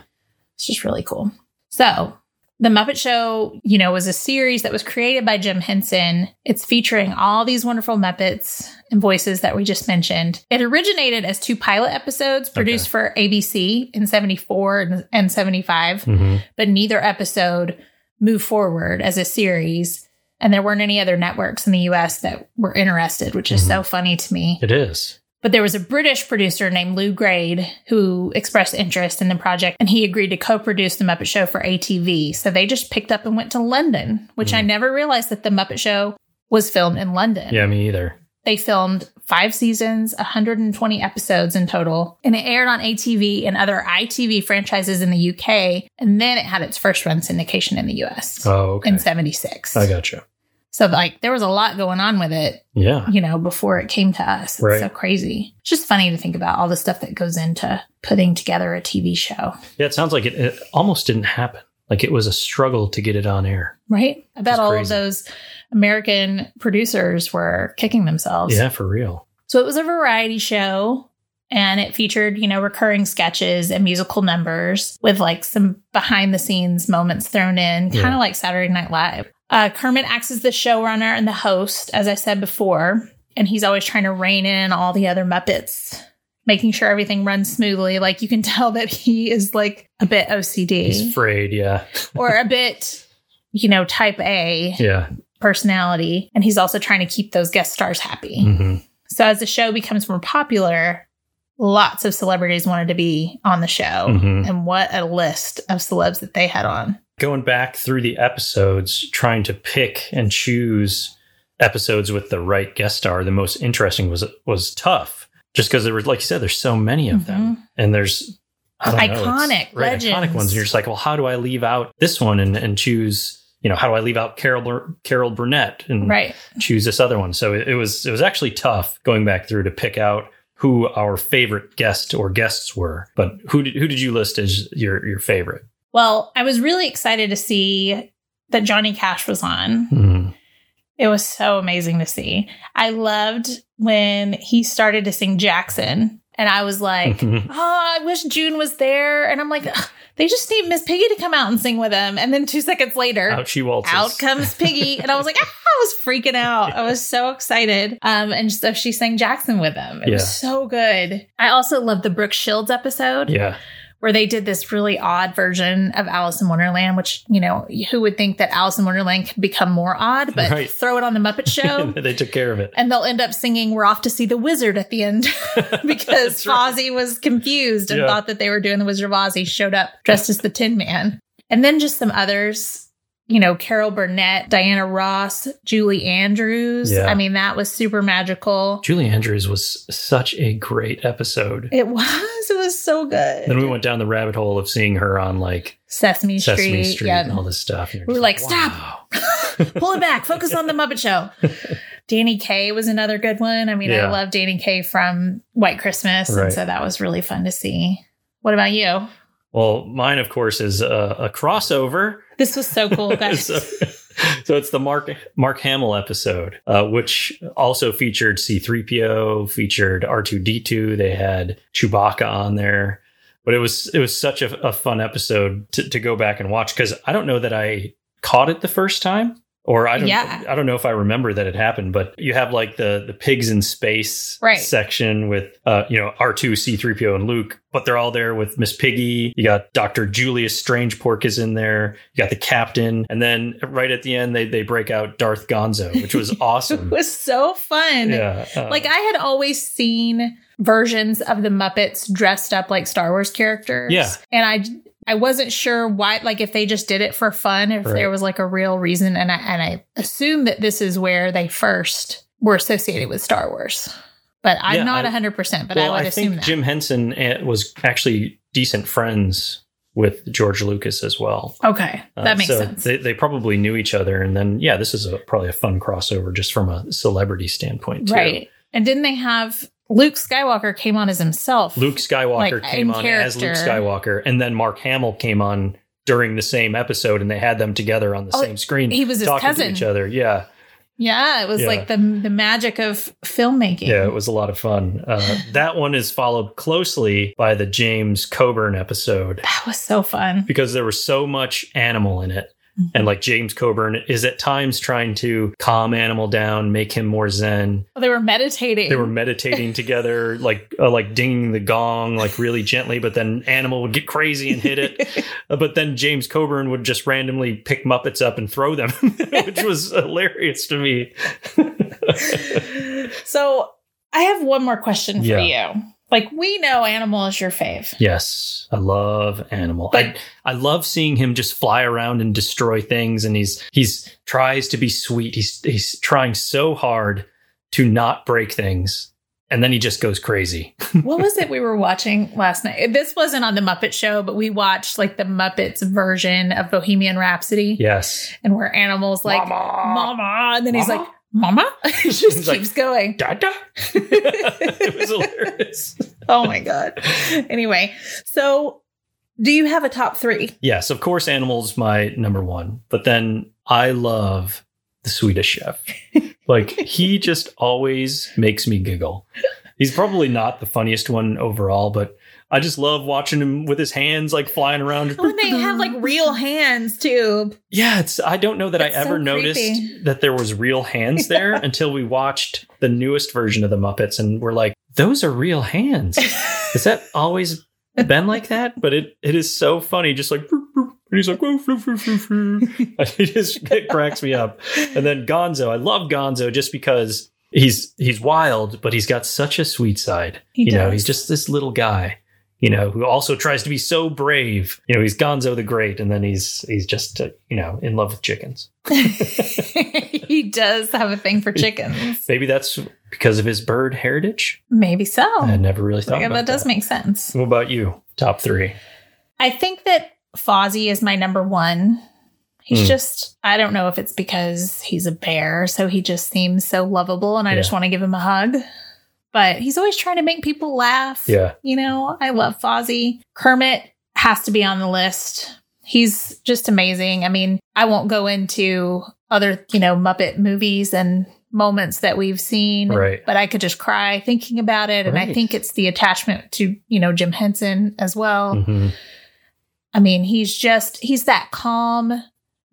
Speaker 6: It's just really cool. So, The Muppet Show, you know, was a series that was created by Jim Henson. It's featuring all these wonderful Muppets and voices that we just mentioned. It originated as two pilot episodes produced for ABC in 74 and, and 75,
Speaker 4: hmm
Speaker 6: but neither episode moved forward as a series. And there weren't any other networks in the US that were interested, which is so funny to me.
Speaker 4: It is.
Speaker 6: But there was a British producer named Lou Grade who expressed interest in the project and he agreed to co produce The Muppet Show for ATV. So they just picked up and went to London, which I never realized that The Muppet Show was filmed in London.
Speaker 4: Mm. Yeah, me either.
Speaker 6: They filmed five seasons, 120 episodes in total, and it aired on ATV and other ITV franchises in the UK. And then it had its first run syndication in the US
Speaker 4: Oh, okay.
Speaker 6: in 76.
Speaker 4: I gotcha.
Speaker 6: So like there was a lot going on with it,
Speaker 4: Yeah.
Speaker 6: you know, before it came to us. It's
Speaker 4: Right.
Speaker 6: so crazy. It's just funny to think about all the stuff that goes into putting together a TV show,
Speaker 4: Yeah. It sounds like it, it almost didn't happen. Like it was a struggle to get it on air.
Speaker 6: right? I bet
Speaker 4: It's
Speaker 6: all of
Speaker 4: crazy.
Speaker 6: those American producers were kicking themselves.
Speaker 4: Yeah, for real.
Speaker 6: So it was a variety show and it featured, you know, recurring sketches and musical numbers with like some behind the scenes moments thrown in, kind of
Speaker 4: Yeah.
Speaker 6: like Saturday Night Live. Uh, Kermit acts as the showrunner and the host, as I said before, and he's always trying to rein in all the other Muppets, making sure everything runs smoothly. Like you can tell that he is like a bit OCD
Speaker 4: He's afraid. Yeah.
Speaker 6: or a bit, you know, type A
Speaker 4: Yeah.
Speaker 6: personality. And he's also trying to keep those guest stars happy.
Speaker 4: hmm
Speaker 6: So as the show becomes more popular, lots of celebrities wanted to be on the show.
Speaker 4: Mhm.
Speaker 6: And what a list of celebs that they had on.
Speaker 4: Going back through the episodes, trying to pick and choose episodes with the right guest star, the most interesting was was tough. Just because there was, like you said, there's so many of them, and there's I don't know,
Speaker 6: Mm-hmm. Iconic
Speaker 4: it's- right, iconic
Speaker 6: legends.
Speaker 4: ones. And you're just like, well, how do I leave out this one and, and choose? You know, how do I leave out Carol Bur- Carol Burnett and
Speaker 6: Right.
Speaker 4: choose this other one. So it, it was it was actually tough going back through to pick out who our favorite guest or guests were. But who did, who did you list as your your favorite?
Speaker 6: Well, I was really excited to see that Johnny Cash was on. It was so amazing to see. I loved when he started to sing Jackson. And I was like, oh,
Speaker 4: Mhm.
Speaker 6: I wish June was there. And I'm like, "Ugh, they just need Miss Piggy to come out and sing with him. And then two seconds later,
Speaker 4: Out she waltzes.
Speaker 6: out comes Piggy. And I was like, ah, I was freaking out. I was so excited. Um, and so she sang Jackson with them. It
Speaker 4: Yeah.
Speaker 6: was so good. I also love the Brooke Shields episode
Speaker 4: Yeah,
Speaker 6: where they did this really odd version of Alice in Wonderland, which, you know, who would think that Alice in Wonderland could become more odd, but
Speaker 4: Right.
Speaker 6: throw it on the Muppet Show.
Speaker 4: they took care of it.
Speaker 6: And they'll end up singing "We're off to see the wizard" at the end because
Speaker 4: That's right.
Speaker 6: Fozzie was confused and
Speaker 4: Yeah.
Speaker 6: thought that they were doing the Wizard of Oz. He showed up dressed as the Tin Man, and then just some others. You know, Carol Burnett, Diana Ross, Julie Andrews.
Speaker 4: Yeah.
Speaker 6: I mean, that was super magical.
Speaker 4: Julie Andrews was such a great episode.
Speaker 6: It was. It was so good.
Speaker 4: then we went down the rabbit hole of seeing her on like
Speaker 6: Sesame,
Speaker 4: Sesame
Speaker 6: Street.
Speaker 4: Street and all this stuff. And you're
Speaker 6: We were
Speaker 4: just
Speaker 6: like, stop. Pull it back. Focus on the Muppet Show. Danny Kaye was another good one. I mean, I
Speaker 4: Yeah.
Speaker 6: love Danny Kaye from White Christmas.
Speaker 4: Right.
Speaker 6: And so that was really fun to see. What about you?
Speaker 4: Well, mine of course is uh, a, a crossover
Speaker 6: This was so cool, guys.
Speaker 4: so, so it's the Mark Mark Hamill episode, uh, which also featured C-3PO, featured R2-D2. They had Chewbacca on there, but it was it was such a, a fun episode to, to go back and watch because I don't know that I caught it the first time. Or I don't,
Speaker 6: Yeah.
Speaker 4: I don't know if I remember that it happened, but you have like the the pigs in space
Speaker 6: Right.
Speaker 4: section with uh, you know R two C three PO and Luke, but they're all there with Miss Piggy. You got Doctor Julius Strangepork is in there. You got the captain, and then right at the end they they break out Darth Gonzo, which was
Speaker 6: it
Speaker 4: awesome.
Speaker 6: was so fun.
Speaker 4: yeah, uh,
Speaker 6: Like I had always seen versions of the Muppets dressed up like Star Wars characters.
Speaker 4: Yeah.
Speaker 6: And I I wasn't sure why like if they just did it for fun, if
Speaker 4: Right.
Speaker 6: there was like a real reason and I and I assume that this is where they first were associated with Star Wars. But I'm
Speaker 4: Yeah,
Speaker 6: not
Speaker 4: I-
Speaker 6: a 100%, but
Speaker 4: well,
Speaker 6: I would
Speaker 4: I
Speaker 6: assume
Speaker 4: think
Speaker 6: that.
Speaker 4: Jim Henson eh, was actually decent friends with George Lucas as well.
Speaker 6: okay.
Speaker 4: Uh,
Speaker 6: that makes
Speaker 4: so
Speaker 6: sense.
Speaker 4: They, they probably knew each other, and then yeah, this is a, probably a fun crossover just from a celebrity standpoint, too.
Speaker 6: right. And didn't they have Luke Skywalker came on as himself?
Speaker 4: Luke Skywalker
Speaker 6: Like,
Speaker 4: came
Speaker 6: in
Speaker 4: on as Luke
Speaker 6: character.
Speaker 4: Skywalker, and then Mark Hamill came on during the same episode, and they had them together on the
Speaker 6: Oh,
Speaker 4: same screen.
Speaker 6: he was his
Speaker 4: talking
Speaker 6: cousin.
Speaker 4: to each other. Yeah,
Speaker 6: Yeah, it was
Speaker 4: Yeah.
Speaker 6: like the the magic of filmmaking.
Speaker 4: yeah, it was a lot of fun. Uh, that one is followed closely by the James Coburn episode
Speaker 6: That was so fun.
Speaker 4: because there was so much animal in it.
Speaker 6: Mm-hmm.
Speaker 4: And like James Coburn is at times trying to calm animal down, make him more zen.
Speaker 6: They were meditating.
Speaker 4: They were meditating together, like uh, like dinging the gong, like really gently. But then animal would get crazy and hit it. Uh, but then James Coburn would just randomly pick Muppets up and throw them, which was hilarious to me.
Speaker 6: So I have one more question for
Speaker 4: Yeah.
Speaker 6: you. Like we know animal is your fave.
Speaker 4: Yes, I love Animal. I I love seeing him just fly around and destroy things, and he's he's tries to be sweet. He's he's trying so hard to not break things, and then he just goes crazy.
Speaker 6: what was it we were watching last night? This wasn't on the Muppet Show, but we watched like the Muppets version of Bohemian Rhapsody,
Speaker 4: Yes.
Speaker 6: and where animals like mama, and then he's like mama. It just
Speaker 4: He's
Speaker 6: keeps
Speaker 4: like,
Speaker 6: going.
Speaker 4: Da da. it was hilarious.
Speaker 6: Oh my god. Anyway, so do you have a top three?
Speaker 4: Yes, of course, animals my number one. But then I love the Swedish Chef. like he just always makes me giggle. He's probably not the funniest one overall, but I just love watching him with his hands like flying around.
Speaker 6: Oh, and they have like real hands too.
Speaker 4: Yeah, it's I don't know that
Speaker 6: It's
Speaker 4: I
Speaker 6: so
Speaker 4: ever noticed
Speaker 6: creepy.
Speaker 4: that there was real hands there until we watched the newest version of the Muppets and we're like, those are real hands. Has that always been like that? But it it is so funny, just like "Boop, boop," and he's like, "Woof, woof, woof, woof, woof." it just it cracks me up. And then Gonzo, I love Gonzo just because he's he's wild, but he's got such a sweet side.
Speaker 6: He
Speaker 4: you know,
Speaker 6: does.
Speaker 4: he's just this little guy, you know, who also tries to be so brave. You know, he's Gonzo the Great, and then he's he's just uh, you know in love with chickens.
Speaker 6: he does have a thing for chickens.
Speaker 4: Maybe that's because of his bird heritage.
Speaker 6: Maybe so.
Speaker 4: I never really thought
Speaker 6: Oh. Yeah,
Speaker 4: about
Speaker 6: that does make sense.
Speaker 4: What about you? Top three.
Speaker 6: I think that Fozzie is my number one. He's
Speaker 4: Hmm.
Speaker 6: just, I don't know if it's because he's a bear, so he just seems so lovable and I just
Speaker 4: Yeah.
Speaker 6: want to give him a hug. But he's always trying to make people laugh.
Speaker 4: Yeah.
Speaker 6: You know, I love Fozzie. Kermit has to be on the list. He's just amazing. I mean, I won't go into other, you know, Muppet movies and moments that we've seen,
Speaker 4: Right.
Speaker 6: but I could just cry thinking about it. And I
Speaker 4: Right.
Speaker 6: think it's the attachment to, you know, Jim Henson as well.
Speaker 4: Mhm.
Speaker 6: I mean, he's just he's that calm. I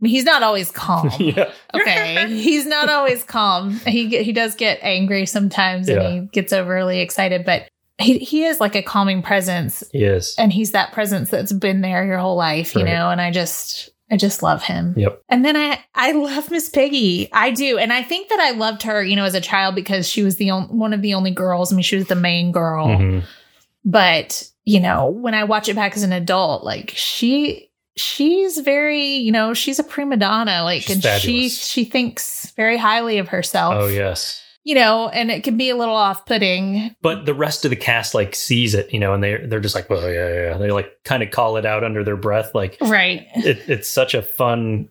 Speaker 6: mean, he's not always calm.
Speaker 4: yeah.
Speaker 6: Okay, he's not always calm. He get- he does get angry sometimes,
Speaker 4: Yeah.
Speaker 6: and he gets overly excited. But he he is like a calming presence,
Speaker 4: Yes.
Speaker 6: and he's that presence that's been there your whole life, you
Speaker 4: Right.
Speaker 6: know. And I just I just love him.
Speaker 4: Yep.
Speaker 6: And then I I love Miss Piggy. I do, and I think that I loved her, you know, as a child because she was the on- one of the only girls. I mean, she was the main girl
Speaker 4: Mhm.
Speaker 6: but you know when i watch it back as an adult like she she's very you know she's a prima donna like
Speaker 4: She's
Speaker 6: and she
Speaker 4: fabulous.
Speaker 6: she thinks very highly of herself
Speaker 4: Oh yes.
Speaker 6: you know and it can be a little off-putting
Speaker 4: but the rest of the cast like sees it, you know, and they they're just like, well, yeah, yeah. yeah." They like kind of call it out under their breath. Like
Speaker 6: right
Speaker 4: it, it's such a fun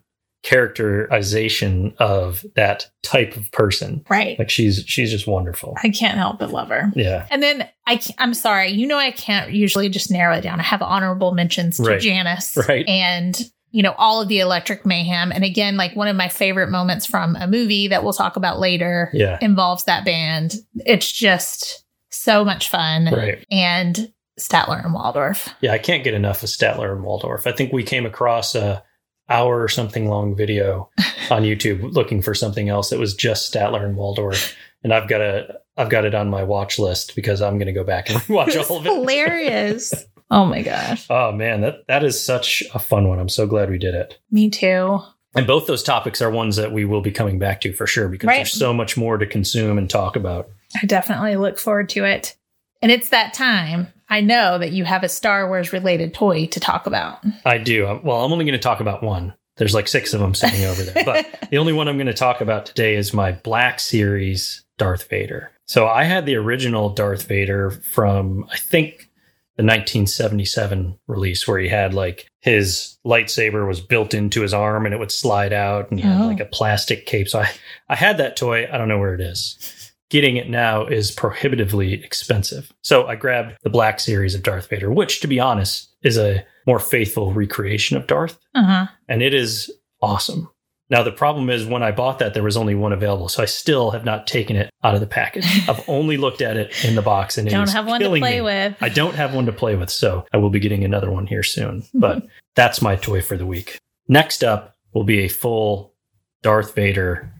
Speaker 4: characterization of that type of person.
Speaker 6: right
Speaker 4: Like she's she's just wonderful.
Speaker 6: i can't help but love her
Speaker 4: Yeah,
Speaker 6: and then I, ca- I'm sorry, you know, I can't usually just narrow it down. I have honorable mentions to
Speaker 4: Right.
Speaker 6: Janice
Speaker 4: Right.
Speaker 6: and, you know, all of the electric mayhem. And again, like one of my favorite moments from a movie that we'll talk about later
Speaker 4: yeah,
Speaker 6: involves that band. It's just so much fun.
Speaker 4: right.
Speaker 6: And Statler and Waldorf.
Speaker 4: Yeah, I can't get enough of Statler and Waldorf. I think we came across a hour or something long video on YouTube looking for something else that was just Statler and Waldorf, and I've got a I've got it on my watch list because I'm going to go back and watch
Speaker 6: It's
Speaker 4: all of it.
Speaker 6: hilarious. oh my gosh.
Speaker 4: Oh man, that that is such a fun one. I'm so glad we did it.
Speaker 6: Me too.
Speaker 4: And both those topics are ones that we will be coming back to for sure because
Speaker 6: Right.
Speaker 4: there's so much more to consume and talk about.
Speaker 6: I definitely look forward to it. And it's that time. I know that you have a Star Wars related toy to talk about.
Speaker 4: I do. Um, Well, I'm only going to talk about one. There's like six of them sitting over there, but the only one I'm going to talk about today is my Black Series Darth Vader. So I had the original Darth Vader from I think the 1977 release where he had like his lightsaber was built into his arm and it would slide out and he had
Speaker 6: Oh.
Speaker 4: like a plastic cape. So I I had that toy. I don't know where it is. Getting it now is prohibitively expensive. So I grabbed the Black Series of Darth Vader, which to be honest is a more faithful recreation of Darth
Speaker 6: Uh-huh.
Speaker 4: and it is awesome. Now the problem is when I bought that there was only one available, so I still have not taken it out of the package. I've only looked at it in the box and it
Speaker 6: Don't
Speaker 4: is
Speaker 6: have one to
Speaker 4: killing
Speaker 6: play
Speaker 4: me.
Speaker 6: with.
Speaker 4: I don't have one to play with, so I will be getting another one here soon. But that's my toy for the week. Next up will be a full Darth Vader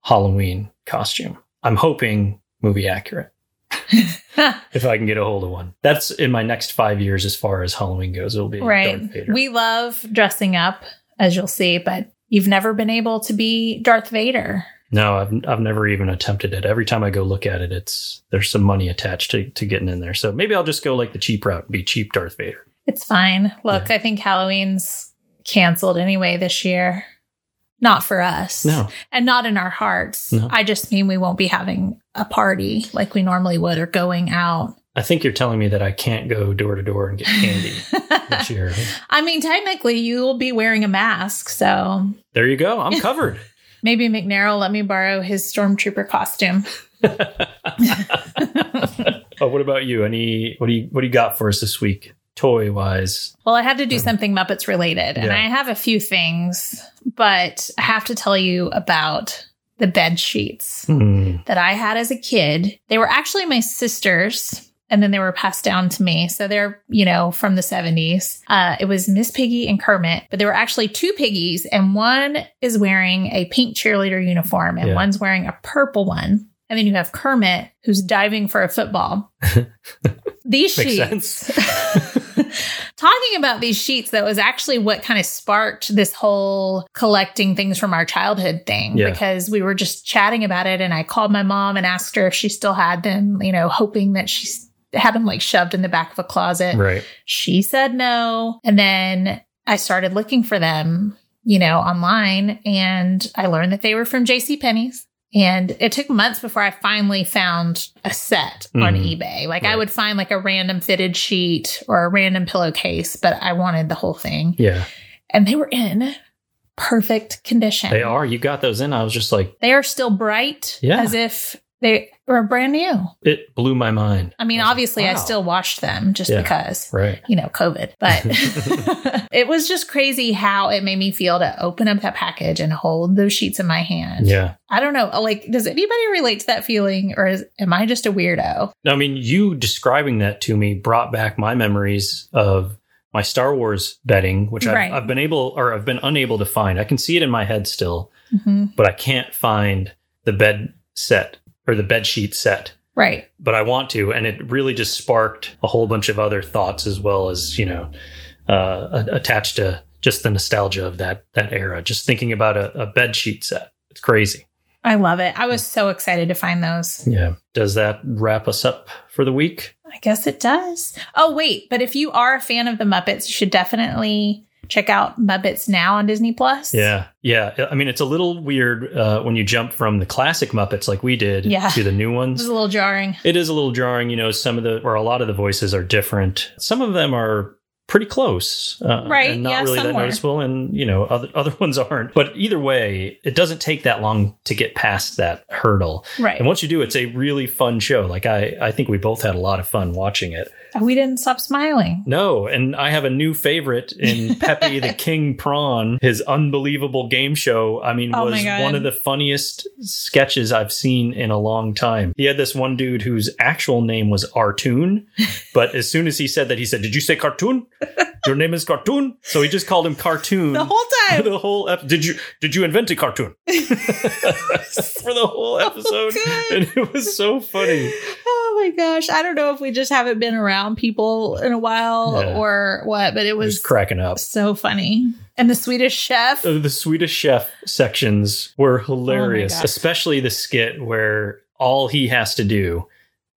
Speaker 4: Halloween costume. I'm hoping movie accurate if I can get a hold of one. That's in my next five years as far as Halloween goes. It'll be
Speaker 6: right.
Speaker 4: Darth Vader.
Speaker 6: We love dressing up, as you'll see, but you've never been able to be Darth Vader.
Speaker 4: No, I've I've never even attempted it. Every time I go look at it, it's there's some money attached to, to getting in there. So maybe I'll just go like the cheap route and be cheap Darth Vader.
Speaker 6: It's fine. Look, I think Halloween's canceled anyway this year. Not for us.
Speaker 4: No.
Speaker 6: And not in our hearts.
Speaker 4: No.
Speaker 6: I just mean we won't be having a party like we normally would or going out.
Speaker 4: I think you're telling me that I can't go door to door and get candy this year.
Speaker 6: I mean, technically, you will be wearing a mask. So
Speaker 4: There you go. I'm covered.
Speaker 6: maybe McNair will let me borrow his stormtrooper costume.
Speaker 4: oh, what about you? Any what do you what do you got for us this week? Toy wise.
Speaker 6: Well, I had to do something Muppets related, and
Speaker 4: Yeah.
Speaker 6: I have a few things, but I have to tell you about the bed sheets
Speaker 4: Hmm.
Speaker 6: that I had as a kid. They were actually my sister's, and then they were passed down to me. So they're, you know, from the 70s. Uh, it was Miss Piggy and Kermit, but there were actually two piggies, and one is wearing a pink cheerleader uniform, and
Speaker 4: Yeah.
Speaker 6: one's wearing a purple one. And then you have Kermit, who's diving for a football. These
Speaker 4: Makes
Speaker 6: sheets.
Speaker 4: sense.
Speaker 6: Talking about these sheets, that was actually what kind of sparked this whole collecting things from our childhood thing
Speaker 4: Yeah.
Speaker 6: because we were just chatting about it. And I called my mom and asked her if she still had them, you know, hoping that she s- had them like shoved in the back of a closet.
Speaker 4: Right.
Speaker 6: She said no. And then I started looking for them, you know, online and I learned that they were from JCPenney's. And it took months before I finally found a set on
Speaker 4: Mhm.
Speaker 6: eBay. Like I
Speaker 4: Right.
Speaker 6: would find like a random fitted sheet or a random pillowcase, but I wanted the whole thing.
Speaker 4: Yeah.
Speaker 6: And they were in perfect condition.
Speaker 4: They are. You got those in. I was just like,
Speaker 6: They are still bright
Speaker 4: Yeah.
Speaker 6: as if they were brand new.
Speaker 4: it blew my mind.
Speaker 6: I mean,
Speaker 4: was like,
Speaker 6: obviously I
Speaker 4: wow.
Speaker 6: still washed them just
Speaker 4: Yeah.
Speaker 6: because
Speaker 4: Right.
Speaker 6: you know, COVID, but it was just crazy how it made me feel to open up that package and hold those sheets in my hand.
Speaker 4: Yeah.
Speaker 6: I don't know. Like, does anybody relate to that feeling or is, am I just a weirdo?
Speaker 4: I mean, you describing that to me brought back my memories of my Star Wars bedding, which
Speaker 6: Right.
Speaker 4: I've, I've been able or I've been unable to find. I can see it in my head still,
Speaker 6: Mhm.
Speaker 4: but I can't find the bed set or the bed sheet set.
Speaker 6: Right.
Speaker 4: But I want to, and it really just sparked a whole bunch of other thoughts as well as you know, uh, a- attached to just the nostalgia of that that era. Just thinking about a, a bed sheet set, it's crazy.
Speaker 6: I love it. I was so excited to find those.
Speaker 4: Yeah. Does that wrap us up for the week?
Speaker 6: I guess it does. Oh, wait. But if you are a fan of the Muppets, you should definitely check out Muppets Now on Disney Plus.
Speaker 4: Yeah, yeah. I mean, it's a little weird uh, when you jump from the classic Muppets, like we did,
Speaker 6: Yeah.
Speaker 4: to the new
Speaker 6: It was
Speaker 4: ones.
Speaker 6: a little jarring.
Speaker 4: It is a little jarring, you know. Some of the or a lot of the voices are different. Some of them are pretty close, uh,
Speaker 6: Right,
Speaker 4: And not
Speaker 6: yeah,
Speaker 4: really
Speaker 6: some
Speaker 4: that
Speaker 6: were.
Speaker 4: noticeable, and you know, other other ones aren't. But either way, it doesn't take that long to get past that hurdle.
Speaker 6: Right.
Speaker 4: And once you do, it's a really fun show. Like I, I think we both had a lot of fun watching it.
Speaker 6: we didn't stop smiling.
Speaker 4: No, and I have a new favorite in Pepe the King Prawn. His unbelievable game show, I mean,
Speaker 6: Oh my
Speaker 4: was
Speaker 6: God.
Speaker 4: one of the funniest sketches I've seen in a long time. He had this one dude whose actual name was Artoon, but as soon as he said that, he said, Did you say cartoon? Your name is Cartoon? So he just called him Cartoon.
Speaker 6: The whole time.
Speaker 4: the whole ep- did you did you invent a cartoon for the whole episode
Speaker 6: good.
Speaker 4: and it was so funny
Speaker 6: Oh my gosh. I don't know if we just haven't been around people in a while
Speaker 4: Yeah.
Speaker 6: or what, but it
Speaker 4: it was
Speaker 6: was
Speaker 4: cracking up
Speaker 6: so funny. And the Swedish chef.
Speaker 4: Uh, the Swedish chef sections
Speaker 6: Oh
Speaker 4: were hilarious,
Speaker 6: God.
Speaker 4: especially the skit where all he has to do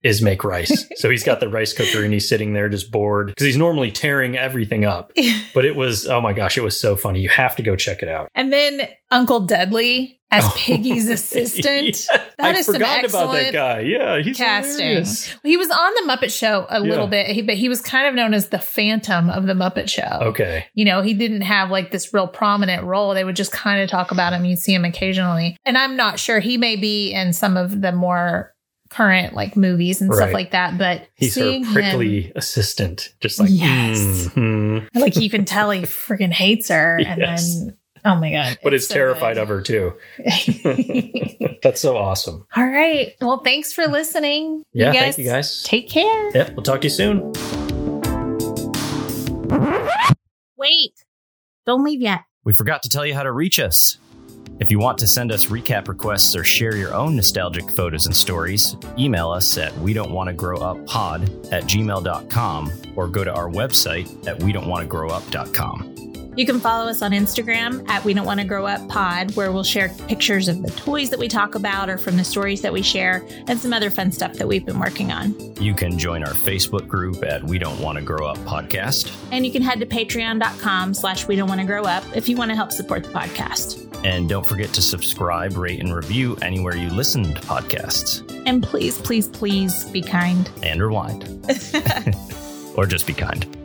Speaker 4: is make rice. so he's got the rice cooker and he's sitting there just bored because he's normally tearing everything up. But it was, oh my gosh, it was so funny. You have to go check it out.
Speaker 6: and then Uncle Dudley as
Speaker 4: Oh,
Speaker 6: Piggy's assistant.
Speaker 4: Yeah.
Speaker 6: That
Speaker 4: I
Speaker 6: is some
Speaker 4: forgot about that
Speaker 6: excellent
Speaker 4: guy. Yeah, he's
Speaker 6: casting.
Speaker 4: hilarious.
Speaker 6: He was on the Muppet Show a
Speaker 4: Yeah.
Speaker 6: little bit, he- but he was kind of known as the phantom of the Muppet Show.
Speaker 4: Okay.
Speaker 6: You know, he didn't have like this real prominent role. They would just kind of talk about him. You'd see him occasionally. And I'm not sure. He may be in some of the more current like movies and stuff
Speaker 4: Right.
Speaker 6: like that. But
Speaker 4: He's
Speaker 6: seeing
Speaker 4: her
Speaker 6: him,
Speaker 4: prickly assistant. Just like,
Speaker 6: Yes.
Speaker 4: mhm.
Speaker 6: like you can tell he freaking hates her. And
Speaker 4: Yes.
Speaker 6: then, oh my God.
Speaker 4: but it's terrified of her too. That's so awesome.
Speaker 6: All right. Well, thanks for listening.
Speaker 4: Yeah, thank you guys.
Speaker 6: Take care.
Speaker 4: Yep, we'll talk to you soon.
Speaker 5: Wait, don't leave yet.
Speaker 7: We forgot to tell you how to reach us. If you want to send us recap requests or share your own nostalgic photos and stories, email us at we don't want to grow up pod at gmail.com or go to our website at we don't want to grow up.com.
Speaker 6: You can follow us on Instagram at We Don't Want to Grow Up Pod, where we'll share pictures of the toys that we talk about or from the stories that we share and some other fun stuff that we've been working on.
Speaker 7: You can join our Facebook group at We Don't Want to Grow Up Podcast.
Speaker 6: And you can head to patreon.com slash we don't want to grow up if you want to help support the podcast.
Speaker 7: And don't forget to subscribe, rate, and review anywhere you listen to podcasts
Speaker 8: And please, please, please be kind.
Speaker 7: and rewind. or just be kind.